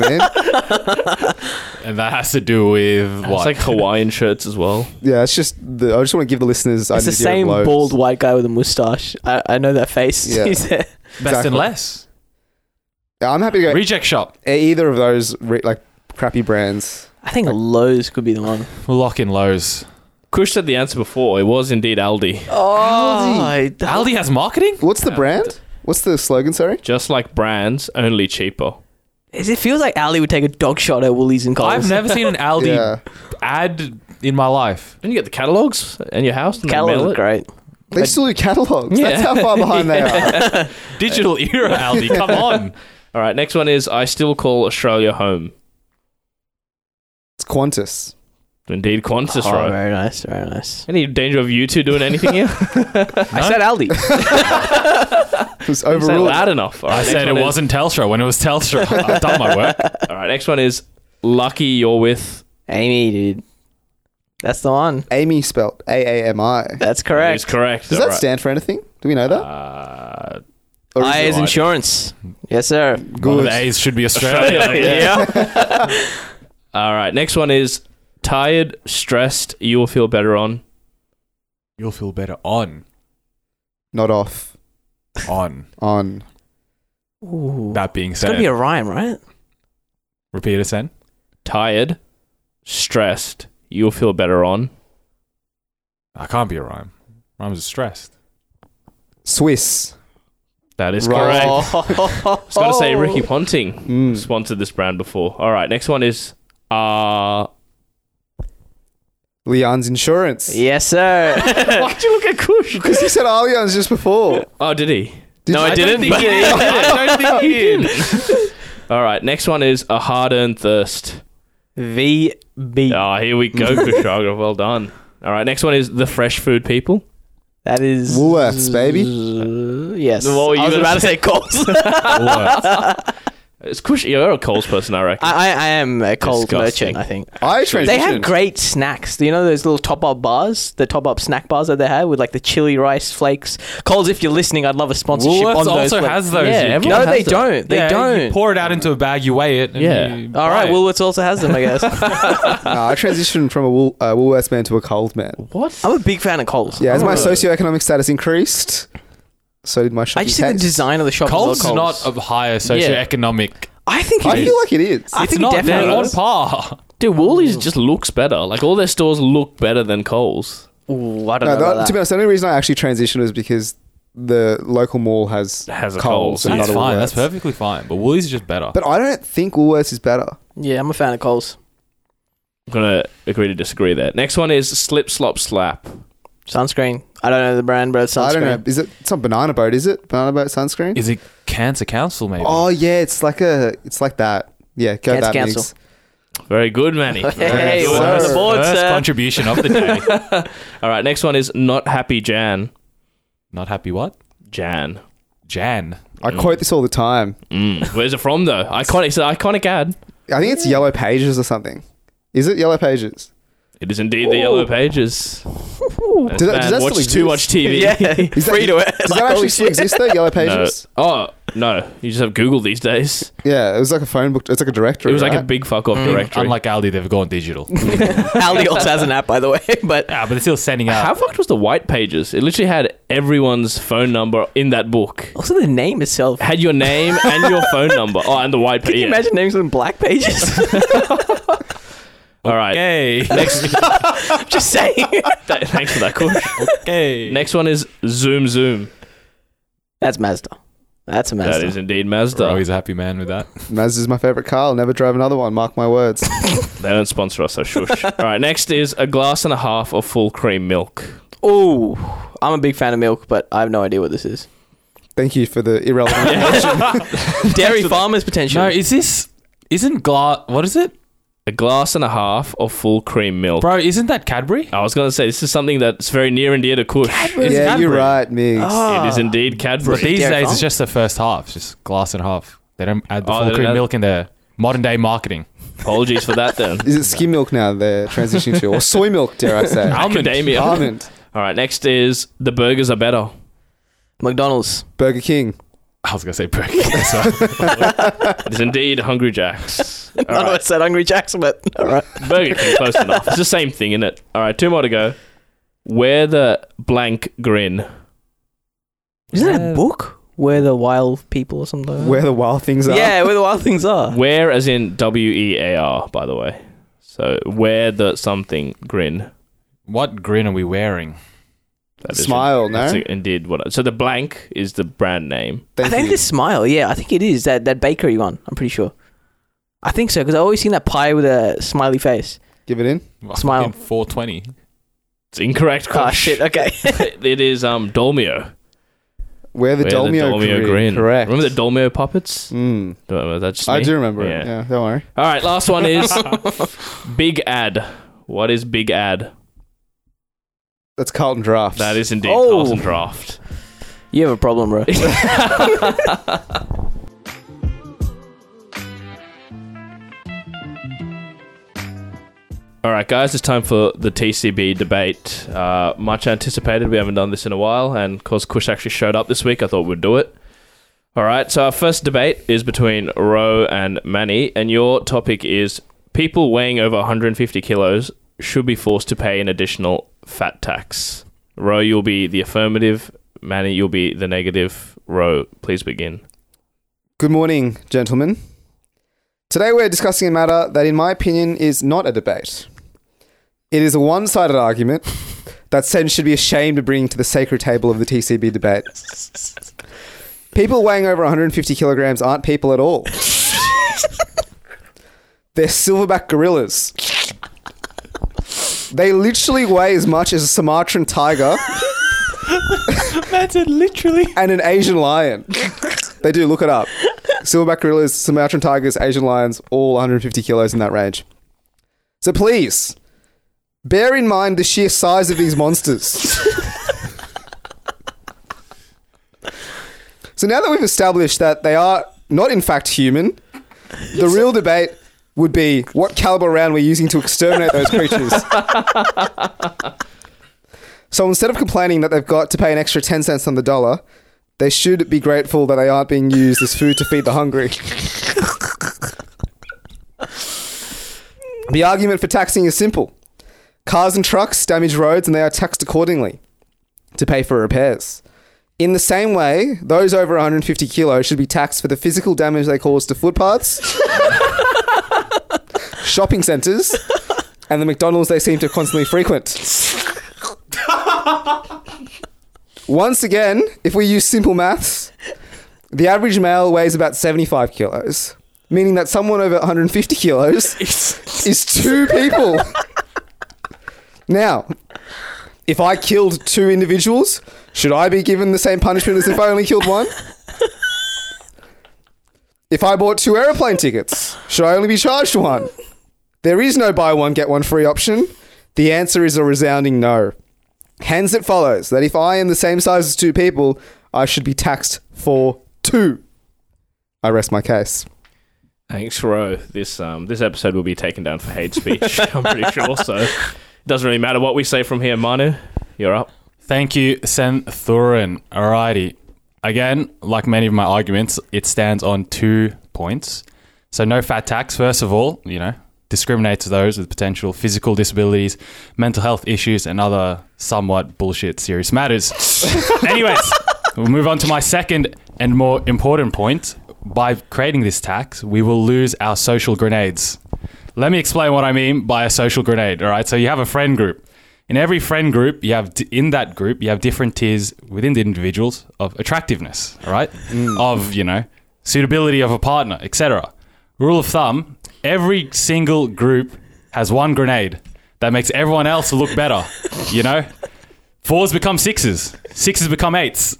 B: what I mean?
D: and that has to do with
E: It's
D: what?
E: like Hawaiian shirts as well.
B: Yeah, it's just the. I just want to give the listeners.
C: It's the same bald white guy with a mustache. I, I know that face.
B: Yeah.
C: He's there.
D: Best and
B: exactly.
D: less.
B: I'm happy to go e-,
D: Reject shop.
B: either of those re- like crappy brands.
C: I think Lowe's could be the one.
D: We'll lock in Lowe's.
E: Kush said the answer before. It was indeed Aldi.
C: Oh, I-
D: Aldi has marketing?
B: What's the brand? What's the slogan? Sorry.
E: Just like brands, only cheaper.
C: Is- It feels like Aldi would take a dog shot at Woolies and Coles.
D: I've never seen an Aldi
B: Yeah,
D: ad in my life.
E: Didn't you get the catalogs in your house? And they
C: Catalan
E: mail
C: look
E: it?
C: great.
B: they still do catalogs. That's how
E: Yeah.
B: far behind they are.
D: Digital era Aldi, come on.
E: All right, next one is I still call Australia home.
B: It's Qantas.
E: Indeed, Qantas,
C: oh,
E: right?
C: Very nice, very nice.
E: Any danger of you two doing anything here?
C: I said Aldi.
B: It was
E: Is that
B: overruled.
E: loud enough? All right,
D: I
E: next
D: said it
E: one is-
D: wasn't Telstra when it was Telstra. I've done my work.
E: All right, next one is lucky you're with.
C: Amy, dude. That's the one.
B: Amy spelt A A M I.
C: That's
E: It is
C: correct.
E: correct.
B: Does
E: All
B: that
E: right.
B: stand for anything? Do we know that?
E: Uh,
B: Or is
C: I
B: it-
C: is insurance. Yes, sir.
D: One of
B: Good.
D: the A's should be Australia.
E: Australia. All right, next one is tired, stressed. You'll feel better on.
D: You'll feel better on.
B: Not off.
D: On.
B: On.
C: Ooh.
D: That being
C: It's got
D: said,
C: to be a rhyme, right?
D: repeat it, Sen.
E: Tired, stressed. You'll feel better on.
D: I can't be a rhyme. Rhymes are stressed.
B: Swiss.
E: That is
B: Right.
E: correct. I
C: Oh.
E: was going to say Ricky hmm. Ponting
B: Mm.
E: sponsored this brand before. All right, next one is uh
B: Leon's insurance.
C: Yes, sir.
E: Why'd you look at Kush?
B: Because he said Allianz just before.
E: Oh, did he?
B: Did
E: no,
B: you-
E: I,
B: I
E: didn't.
D: think he did. I don't think he
E: All right, next one is a hard-earned thirst.
C: VB.
E: Oh, here we go, Kushaga. Well done. All right, next one is the fresh food people.
C: That is
B: Woolworths, baby.
C: Uh, yes.
E: What were you
C: I was
E: gonna
C: about to say Coles.
D: All right.
E: It's cushy. You're a Coles person, I reckon.
C: I, I, I am a cold
E: Disgusting.
C: merchant, I think.
B: I transitioned.
C: They have great snacks. Do you know those little top up bars, the top up snack bars that they have with like the chili rice flakes? Coles, if you're listening, I'd love a sponsorship
D: Woolworths
C: on those.
D: also
C: flakes.
D: has those.
E: Yeah,
D: you
E: everyone
C: no,
E: has
C: they
E: that.
C: don't. They
D: Yeah, You
C: don't.
D: pour it out into a bag, you weigh it. And
E: Yeah.
D: you
C: All right,
D: buy it.
C: Woolworths also has them, I guess.
B: No, I transitioned from a Wool, uh, Woolworths man to a cold man.
E: what?
C: I'm a big fan of Coles.
B: Yeah, as my
E: Oh.
B: socioeconomic status increased, so did my shopping
C: I just think the
B: taste.
C: design of the shop.
D: Coles
C: is
D: is
C: all
D: not of higher socioeconomic.
C: I think it
B: I
C: is.
B: feel like it is.
C: I
D: It's
C: think it
D: not. They're
C: definitely
D: on
C: is.
D: par.
E: Dude, Woolies just looks better. Like all their stores look better than Coles.
C: Ooh, I don't know.
B: No,
C: about
B: the, to
C: that.
B: be honest, the only reason I actually transitioned was because the local mall has
E: Has a Coles.
B: Coles. and
D: That's
B: not a
D: fine.
B: Woolworths.
D: That's perfectly fine. But Woolies is just better.
B: But I don't think Woolworths is better.
C: Yeah, I'm a fan of Coles.
E: I'm gonna agree to disagree there. Next one is slip, slop, slap.
C: Sunscreen. I don't know the brand, but it's sunscreen.
B: I don't know. Is it? It's not banana boat, is it? Banana boat sunscreen.
D: Is it Cancer Council, maybe?
B: oh yeah, it's like a. It's like that. Yeah, go
C: Yeah, it's
B: that
C: cancel.
B: mix.
E: Very good, Manny.
C: Hey,
B: Yes,
C: we're on
B: sir.
C: the board,
D: First
C: sir.
D: contribution of the day.
E: All right, next one is not happy Jan.
D: Not happy what?
E: Jan.
D: Jan.
B: I quote this all the time.
E: Mm. Where's it from though? Iconic. It's an iconic ad.
B: I think it's Yellow Pages or something. Is it Yellow Pages?
E: It is indeed the Yellow Pages.
B: Does that- does that
E: watch
B: still
E: too much TV.
C: yeah,
B: Is that-
C: free to it.
B: Does
C: Like,
B: that
C: holy
B: actually still
C: shit.
B: exist though? Yellow
E: No.
B: Pages.
E: Oh no, you just have Google these days.
B: Yeah, it was like a phone book. It's like a directory.
E: It was like a
B: right?
E: big fuck off directory.
D: Unlike Aldi, they've gone digital.
C: Aldi also has an app, by the way. But
D: yeah, but they're still sending out.
E: How fucked was the white pages? It literally had everyone's phone number in that book.
C: also the name itself.
E: Had your name and your phone number. Oh, and the white
C: Can
E: pages.
C: you imagine names on black pages?
E: All right.
D: Okay.
E: Next,
C: Just saying.
E: th- thanks for that, Kush.
D: okay.
E: Next one is Zoom Zoom.
C: That's Mazda. That's a Mazda.
E: That is indeed
D: We're
E: Mazda.
D: always a happy man with that.
B: Mazda's my favorite car. I'll never drive another one. Mark my words.
E: They don't sponsor us, so shush. All right. Next is a glass and a half of full cream milk.
C: Ooh, I'm a big fan of milk, but I have no idea what this is.
B: Thank you for the irrelevant.
C: Dairy farmers potential.
D: No, is this. Isn't glass. What is it?
E: A glass and a half of full cream milk.
D: Bro, isn't that Cadbury?
E: I was going to say, this is something that's very near and dear to Kush.
D: It's
B: yeah,
D: Cadbury. Ah.
B: you're right, Migs.
C: Oh.
E: It is indeed Cadbury.
D: But these
C: Dairy
D: days,
C: Farm?
D: it's just the first half. It's just glass and half. They don't add the
E: Oh, they
D: full
E: don't
D: cream
E: add-
D: milk in their modern day marketing.
E: Apologies for that then.
B: Is it skim milk now they're transitioning to? Or soy milk, dare I say?
D: Almond.
E: Academia.
B: Almond.
E: All right. Next is the burgers are better.
C: McDonald's.
B: Burger King.
D: I was going to say Burger King. sorry.
E: It is indeed Hungry Jack's. All
C: None
E: right.
C: of us said Hungry Jack's, but all right.
E: Burger King, close enough. It's the same thing, isn't it? All right, two more to go. Where the blank grin.
C: Isn't that
D: Yeah.
C: a book? Where the wild people or something? like that?
B: Where the wild things are.
C: Uh. Yeah, where the wild things are.
E: Where, as in W E A R, by the way. So where the something grin.
D: what grin are we wearing?
E: That is-
B: Smile, no?
E: that's indeed what. So the blank is the brand name.
C: I
B: Thank
C: think
B: you.
C: it's Smile. Yeah, I think it is that that bakery one. I'm pretty sure. I think so because I always seen that pie with a smiley face.
B: Give it in.
C: Smile.
D: In 420.
E: It's incorrect.
B: Ah,
C: Oh
E: Kush.
C: shit. Okay.
E: it is um Dolmio.
B: Where Oh, the
E: Where
B: Dolmio, grin. Correct.
E: Remember the Dolmio puppets?
B: Mm.
E: Don't remember, That's just
B: I
E: me.
B: do remember
E: Yeah.
B: it. Yeah, don't worry.
E: All right, last one is big ad. What is big ad?
B: That's Carlton Drafts.
E: That is indeed
C: Oh.
E: Carlton Draft.
C: you have a problem, bro.
E: All right, guys, it's time for the TCB debate. Uh, much anticipated. We haven't done this in a while, and because Kush actually showed up this week, I thought we'd do it. All right, so our first debate is between Ro and Manny, and your topic is people weighing over 150 kilos should be forced to pay an additional fat tax. Ro, you'll be the affirmative. Manny, you'll be the negative. Ro, please begin.
B: Good morning, gentlemen. Today we're discussing a matter that, in my opinion, is not a debate. It is a one sided argument that Sen should be ashamed to bring to the sacred table of the TCB debate. People weighing over 150 kilograms aren't people at all. They're silverback gorillas. They literally weigh as much as a Sumatran tiger
D: That's it, literally.
B: and an Asian lion. they do, look it up. Silverback gorillas, Sumatran tigers, Asian lions, all 150 kilos in that range. So please, bear in mind the sheer size of these monsters. so now that we've established that they are not in fact human, The real debate would be what caliber round we're using to exterminate those creatures. so instead of complaining that they've got to pay an extra 10 cents on the dollar, they should be grateful that they aren't being used as food to feed the hungry. the argument for taxing is simple cars and trucks damage roads and they are taxed accordingly to pay for repairs. In the same way, those over 150 kilos should be taxed for the physical damage they cause to footpaths, shopping centres, and the McDonald's they seem to constantly frequent. Once again, if we use simple maths, the average male weighs about 75 kilos, meaning that someone over 150 kilos is two people. Now, if I killed two individuals, should I be given the same punishment as if I only killed one? If I bought two aeroplane tickets, should I only be charged one? There is no buy one, get one free option. The answer is a resounding no. Hence, it follows that if I am the same size as two people, I should be taxed for two. I rest my case.
E: Thanks, Ro. This um, this episode will be taken down for hate speech. I'm pretty sure. So it doesn't really matter what we say from here, Manu. You're up.
D: Thank you, Sen Thurin. Alrighty. Again, like many of my arguments, it stands on two points. So no fat tax, first of all, you know, discriminates those with potential physical disabilities, mental health issues, and other somewhat bullshit serious matters. Anyways, we'll move on to my second and more important point. By creating this tax, we will lose our social grenades. Let me explain what I mean by a social grenade. All right, so you have a friend group. In every friend group, you have in that group, you have different tiers within the individuals of attractiveness, all right? Of, you know, suitability of a partner, etc. Rule of thumb, every single group has one grenade that makes everyone else look better, you know? Fours become sixes, sixes become eights,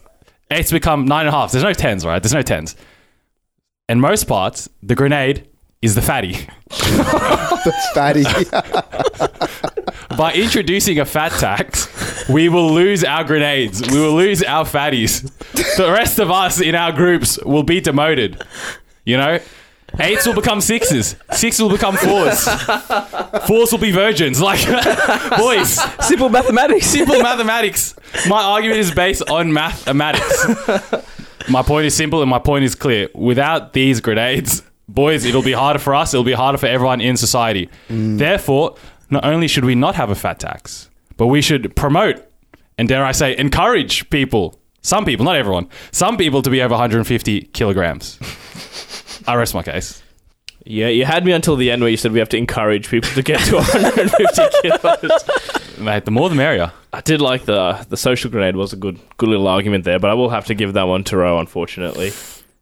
D: eights become nine and a half. There's no tens, right? There's no tens. And most parts, the grenade is the fatty.
B: Fatty.
D: By introducing a fat tax, we will lose our grenades. We will lose our fatties. The rest of us in our groups will be demoted. You know? Eights will become sixes. Sixes will become fours. Fours will be virgins. Like, boys,
A: Simple mathematics.
D: simple mathematics. My argument is based on mathematics. My point is simple and my point is clear. Without these grenades, boys, it'll be harder for us, it'll be harder for everyone in society. Therefore, not only should we not have a fat tax, but we should promote and dare I say, encourage people, some people, not everyone, some people to be over 150 kilograms. I rest my case.
E: Yeah, you had me until the end where you said we have to encourage people to get to 150 kilos.
D: Mate, the more the merrier.
E: I did like the the social grenade was a good good little argument there, but I will have to give that one to Ro, unfortunately.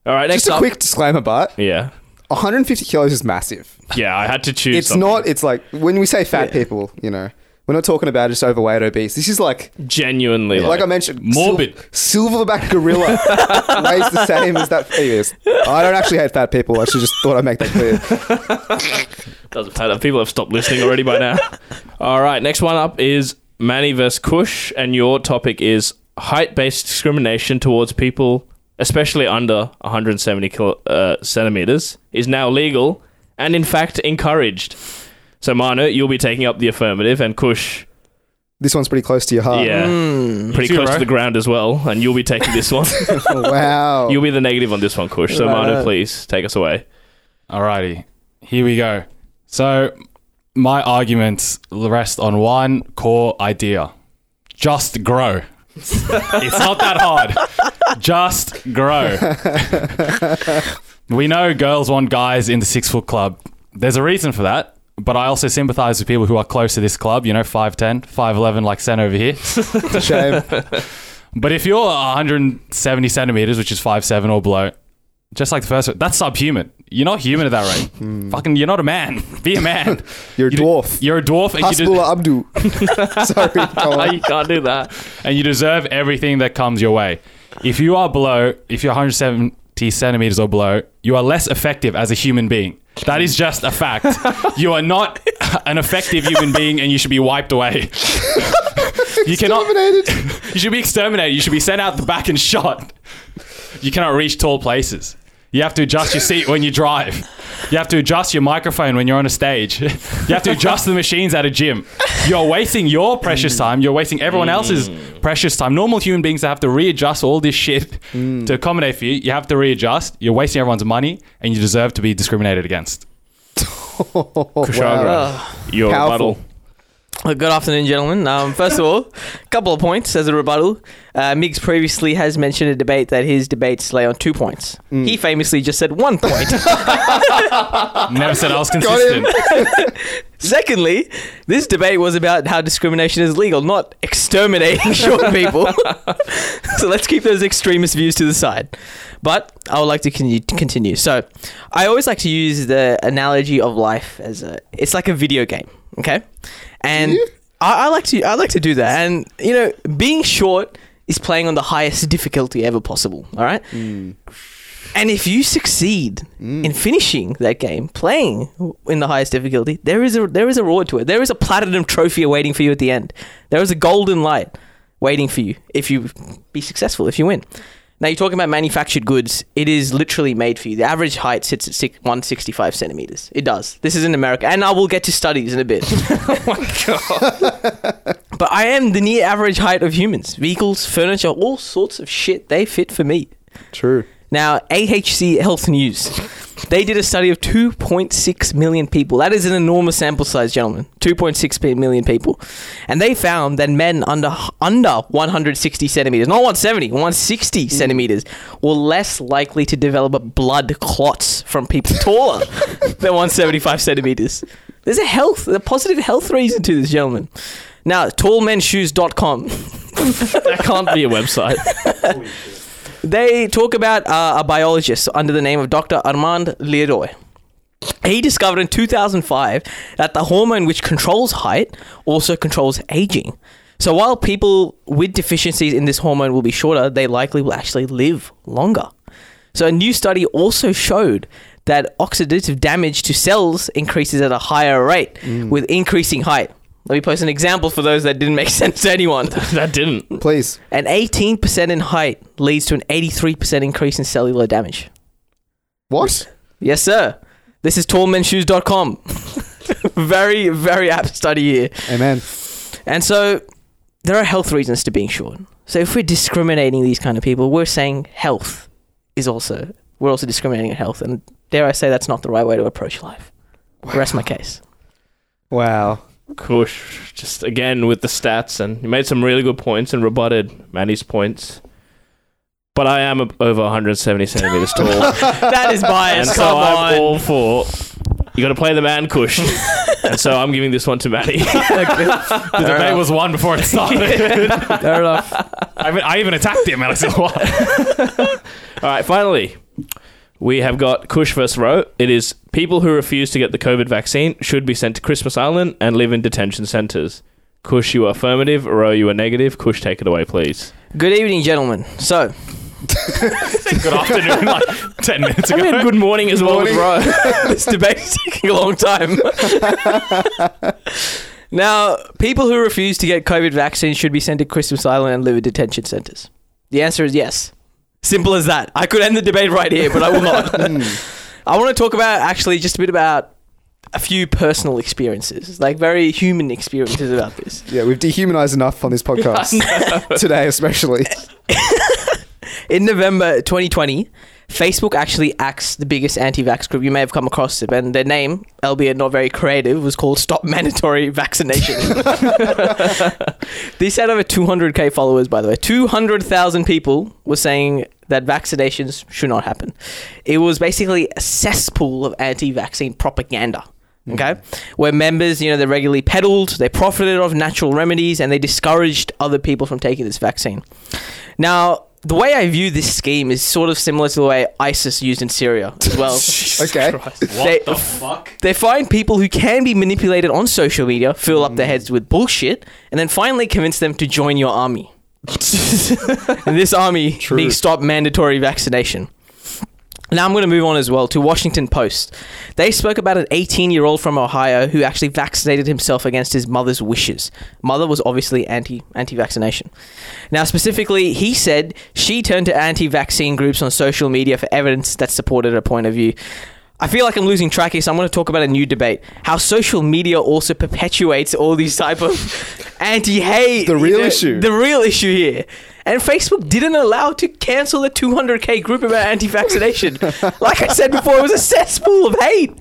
E: All right, next
B: Just a
E: up.
B: quick disclaimer, Bart.
E: yeah,
B: 150 kilos is massive.
E: yeah, I had to choose.
B: it's
E: something.
B: not. It's like when we say fat people, you know, we're not talking about just overweight, obese. This is like,
E: genuinely
B: like I mentioned, sil-
D: morbid.
B: silverback gorilla weighs the same as that. He is. I don't actually hate fat people. I should just thought I'd make that clear.
E: Doesn't matter. People have stopped listening already by now. All right, next one up is Manny vs. Kush, and your topic is height-based discrimination towards people, especially under 170 kilo, uh, centimeters, is now legal and in fact encouraged. So Manu, you'll be taking up the affirmative, and Kush,
B: This one's pretty close to your heart.
E: yeah, pretty
D: too,
E: close to
D: bro.
E: the ground as well, and you'll be taking this one.
B: Oh, wow.
E: you'll be the negative on this one, Kush. So Manu, please take us away.
D: Alrighty, here we go. So, my arguments rest on one core idea just grow. it's not that hard. Just grow. we know girls want guys in the six foot club. There's a reason for that, but I also sympathize with people who are close to this club, you know, 5'10, 5'11, like Sen over here.
B: Shame.
D: But if you're 170 centimeters, which is 5'7 or below, just like the first one, that's subhuman. You're not human at that rate. Fucking, you're not a man. Be a man.
B: Hmm. You're a
D: You d-
B: dwarf.
D: You're a dwarf and you,
B: Hasbullah
D: de-
B: Abdu. Sorry. Go
E: Oh,
B: on.
E: you can't do that.
D: and you deserve everything that comes your way. If you are below, if you're 170 centimeters or below, you are less effective as a human being. That is just a fact. you are not an effective human being and you should be wiped away. you cannot.
B: Dominated.
D: You should be exterminated. You should be sent out the back and shot. You cannot reach tall places. You have to adjust your seat when you drive. You have to adjust your microphone when you're on a stage. you have to adjust the machines at a gym. You're wasting your precious time. You're wasting
E: Mm.
D: everyone else's precious time. Normal human beings that have to readjust all this shit
E: Mm.
D: to accommodate for you. You have to readjust. You're wasting everyone's money, and you deserve to be discriminated against.
B: Wow.
E: Your
B: Powerful.
E: rebuttal.
C: Well, Good afternoon, gentlemen. Um, first of all, a couple of points as a rebuttal. Uh, Miggs previously has mentioned a debate that his debates lay on two points. He famously just said one point.
D: Never said I was consistent.
C: Secondly, this debate was about how discrimination is legal, not exterminating short people. so let's keep those extremist views to the side. But I would like to con- continue. So I always like to use the analogy of life as a it's like a video game, okay? And I, I like to I like to do that. And you know, being short is playing on the highest difficulty ever possible. All right. And if you succeed in finishing that game, playing in the highest difficulty, there is a there is a reward to it. There is a platinum trophy awaiting for you at the end. There is a golden light waiting for you if you be successful, if you win. Now you're talking about manufactured goods. It is literally made for you. The average height sits at six, 165 centimeters. It does. This is in America, and I will get to studies in a bit. But I am the near average height of humans. Vehicles, furniture, all sorts of shit, they fit for me.
B: True.
C: Now, AHC Health News, they did a study of 2.6 million people. That is an enormous sample size, gentlemen. 2.6 pe- million people. And they found that men under under 160 centimeters, not 170, 160 centimeters, were less likely to develop blood clots from people taller than 175 centimeters. There's a health, a positive health reason to this, gentlemen. Now, tallmenshoes.com.
E: That can't be a website.
C: They talk about uh, a biologist under the name of Dr. Armand Leroy. He discovered in 2005 that the hormone which controls height also controls aging. So while people with deficiencies in this hormone will be shorter, they likely will actually live longer. So a new study also showed that oxidative damage to cells increases at a higher rate with increasing height. Let me post an example for those that didn't make sense to anyone.
E: that didn't.
B: Please.
C: An 18% in height leads to an 83% increase in cellular damage.
B: What?
C: Yes, sir. This is tallmenshoes.com. very, very apt study here.
B: Amen.
C: And so there are health reasons to being short. So if we're discriminating these kind of people, we're saying health is also, we're also discriminating at health. And dare I say, that's not the right way to approach life. Rest my case.
B: Wow.
E: Kush, just again with the stats, and you made some really good points and rebutted Manny's points. But I am a- over 170 centimeters tall,
C: That is
E: and
C: bias.
E: so
C: Come
E: I'm
C: on.
E: all for. You got to play the man, Kush. and so I'm giving this one to Manny.
D: The debate was won before it started. Fair enough. I, even- I even attacked him and I said, "What?"
E: All right, finally, we have got Kush versus Roe. It is people who refuse to get the COVID vaccine should be sent to Christmas Island and live in detention centres. Kush, you are affirmative. Roe, you are negative. Kush, take it away, please.
C: Good evening, gentlemen. So,
D: Good afternoon, like ten minutes ago.
E: good morning as well, with Roe.
C: this debate is taking a long time. now, people who refuse to get COVID vaccines should be sent to Christmas Island and live in detention centres. The answer is yes. Simple as that. I could end the debate right here, but I will
B: Hmm.
C: not. I want to talk about actually just a bit about a few personal experiences, like very human experiences about this.
B: Yeah, we've dehumanized enough on this podcast today, especially.
C: In November 2020, Facebook actually axed the biggest anti-vax group. You may have come across it, and their name, albeit not very creative, was called Stop Mandatory Vaccination. These had over 200k followers, by the way. 200,000 people were saying that vaccinations should not happen. It was basically a cesspool of anti-vaccine propaganda. Okay, where members, you know, they regularly peddled, they profited off natural remedies, and they discouraged other people from taking this vaccine. Now, the way I view this scheme is sort of similar to the way ISIS used in Syria as well.
B: Okay.
C: they, the fuck? They find people who can be manipulated on social media, fill up their heads with bullshit, and then finally convince them to join your army. and this army being stop mandatory vaccination. Now I'm going to move on as well to Washington Post. They spoke about an 18-year-old from Ohio who actually vaccinated himself against his mother's wishes. Mother was obviously anti anti-vaccination. Now specifically, he said she turned to anti-vaccine groups on social media for evidence that supported her point of view. I feel like I'm losing track here, so I'm going to talk about a new debate: how social media also perpetuates all these type of anti-hate.
B: The real issue.
C: The real issue here. And Facebook didn't allow to cancel the 200k group about anti-vaccination. like I said before, it was a cesspool of hate.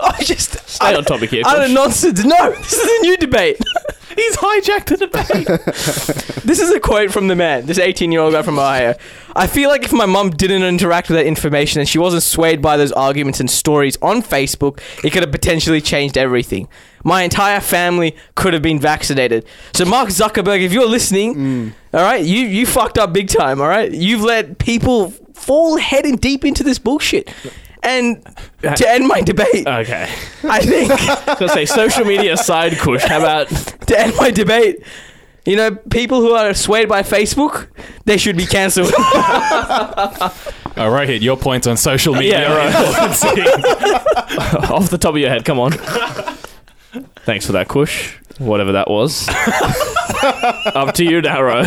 C: I just
E: Stay on topic here,
C: Out
E: Kush.
C: of nonsense. No, this is a new debate.
E: He's hijacked the debate.
C: This is a quote from the man, this 18 year old guy from Ohio. I feel like if my mum didn't interact with that information and she wasn't swayed by those arguments and stories on Facebook, it could have potentially changed everything. My entire family could have been vaccinated. So, Mark Zuckerberg, if you're listening, all right, you, you fucked up big time, all right? You've let people fall head and deep into this bullshit. And
E: Uh,
C: to end my debate,
E: okay.
C: I think.
E: I was gonna say social media aside, Kush. How about
C: to end my debate. You know, people who are swayed by Facebook, they should be cancelled.
D: All right, hit Oh, your points on social media.
E: Yeah,
D: right.
E: off the top of your head? Come on. Thanks for that, Kush. Whatever that was. Up to you, Darrow.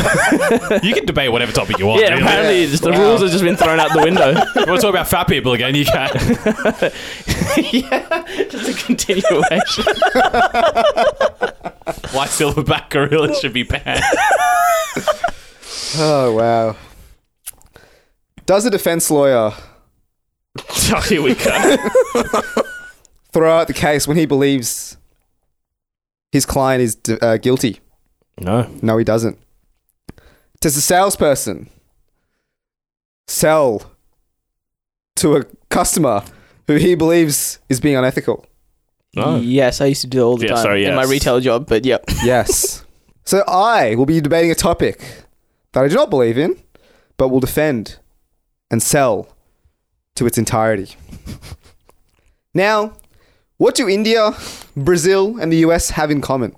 D: you can debate whatever topic you want.
E: yeah,
D: really.
E: apparently just the rules have just been thrown out the window.
D: If you want to talk about fat people again, you can.
E: It's a continuation.
D: Why silverback gorillas should be banned.
B: Oh wow. Does a defense lawyer
E: oh, here we go.
B: throw out the case when he believes his client is uh, guilty?
E: No.
B: No, he doesn't. Does a salesperson sell to a customer who he believes is being unethical?
E: No.
C: yes, I used to do it all the
E: Yeah,
C: time
E: sorry,
C: in my
E: yes.
C: retail job, but yep.
B: Yes. so I will be debating a topic that I do not believe in, but will defend and sell to its entirety. now, what do India, Brazil, and the US have in common?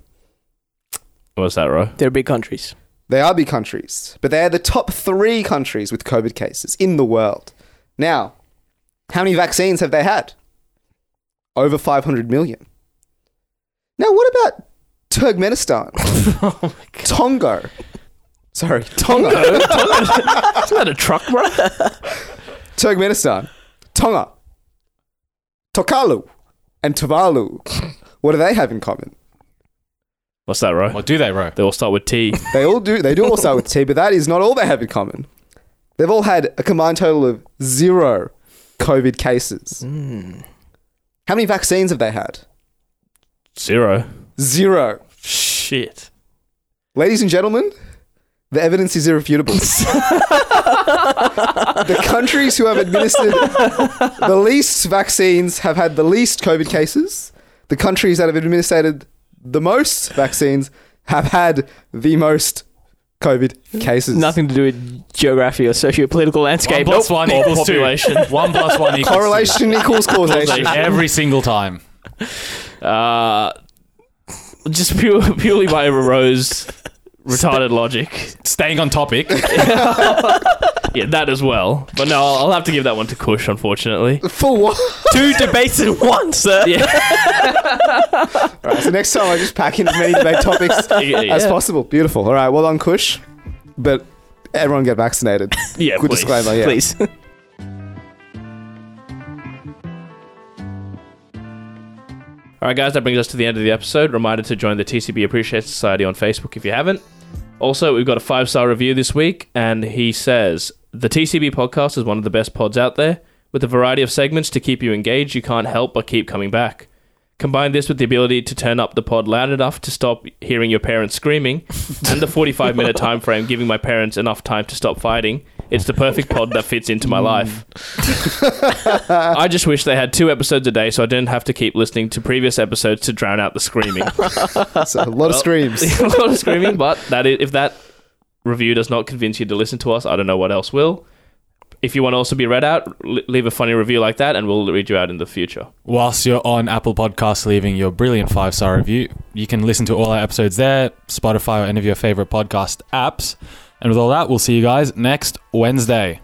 E: What's that, Ro?
C: They're big countries.
B: They are big countries, but they are the top three countries with COVID cases in the world. Now, how many vaccines have they had? Over 500 million. Now, what about Turkmenistan? Tongo. Sorry, Tonga.
E: Isn't that a truck, bro?
B: Turkmenistan. Tonga. Tokalu. And Tuvalu. What do they have in common?
E: What's that, Ro?
D: What do they, bro?
E: They all start with T.
B: They all do. They do all start with T, but that is not all they have in common. They've all had a combined total of zero COVID cases. How many vaccines have they had?
E: Zero.
B: Zero.
E: Shit.
B: Ladies and gentlemen, the evidence is irrefutable. the countries who have administered the least vaccines have had the least COVID cases. The countries that have administered the most vaccines have had the most COVID cases.
C: Nothing to do with geography or socio-political
D: One
C: landscape.
D: plus one
E: Or
D: equals two.
E: population.
D: One plus one equals
B: Correlation equals
D: two.
B: causation.
D: Every single time.
E: Uh, just pure, purely by Ro's retarded logic.
D: Staying on topic.
E: Yeah, that as well. But no, I'll I'll have to give that one to Kush, unfortunately.
B: For what?
C: Two debates in one, sir.
E: Yeah.
B: All right, so next time I just pack in as many debate topics as
E: yeah.
B: possible. Beautiful. All right, well done, Kush. But everyone get vaccinated.
E: Yeah,
B: Good
E: please.
B: disclaimer, yeah.
C: Please.
E: All right, guys, that brings us to the end of the episode. Reminder to join the TCB Appreciate Society on Facebook if you haven't. Also, we've got a five star review this week, and he says The TCB podcast is one of the best pods out there. With a variety of segments to keep you engaged, you can't help but keep coming back. Combine this with the ability to turn up the pod loud enough to stop hearing your parents screaming, and the 45 minute time frame giving my parents enough time to stop fighting. It's the perfect pod that fits into my life. I just wish they had two episodes a day so I didn't have to keep listening to previous episodes to drown out the screaming.
B: So a lot of streams.
E: a lot of screaming, but that is, if that review does not convince you to listen to us, I don't know what else will. If you want to also be read out, l- leave a funny review like that, and we'll read you out in the future.
D: Whilst you're on Apple Podcasts leaving your brilliant five star review, you can listen to all our episodes there, Spotify, or any of your favorite podcast apps. And with all that, we'll see you guys next Wednesday.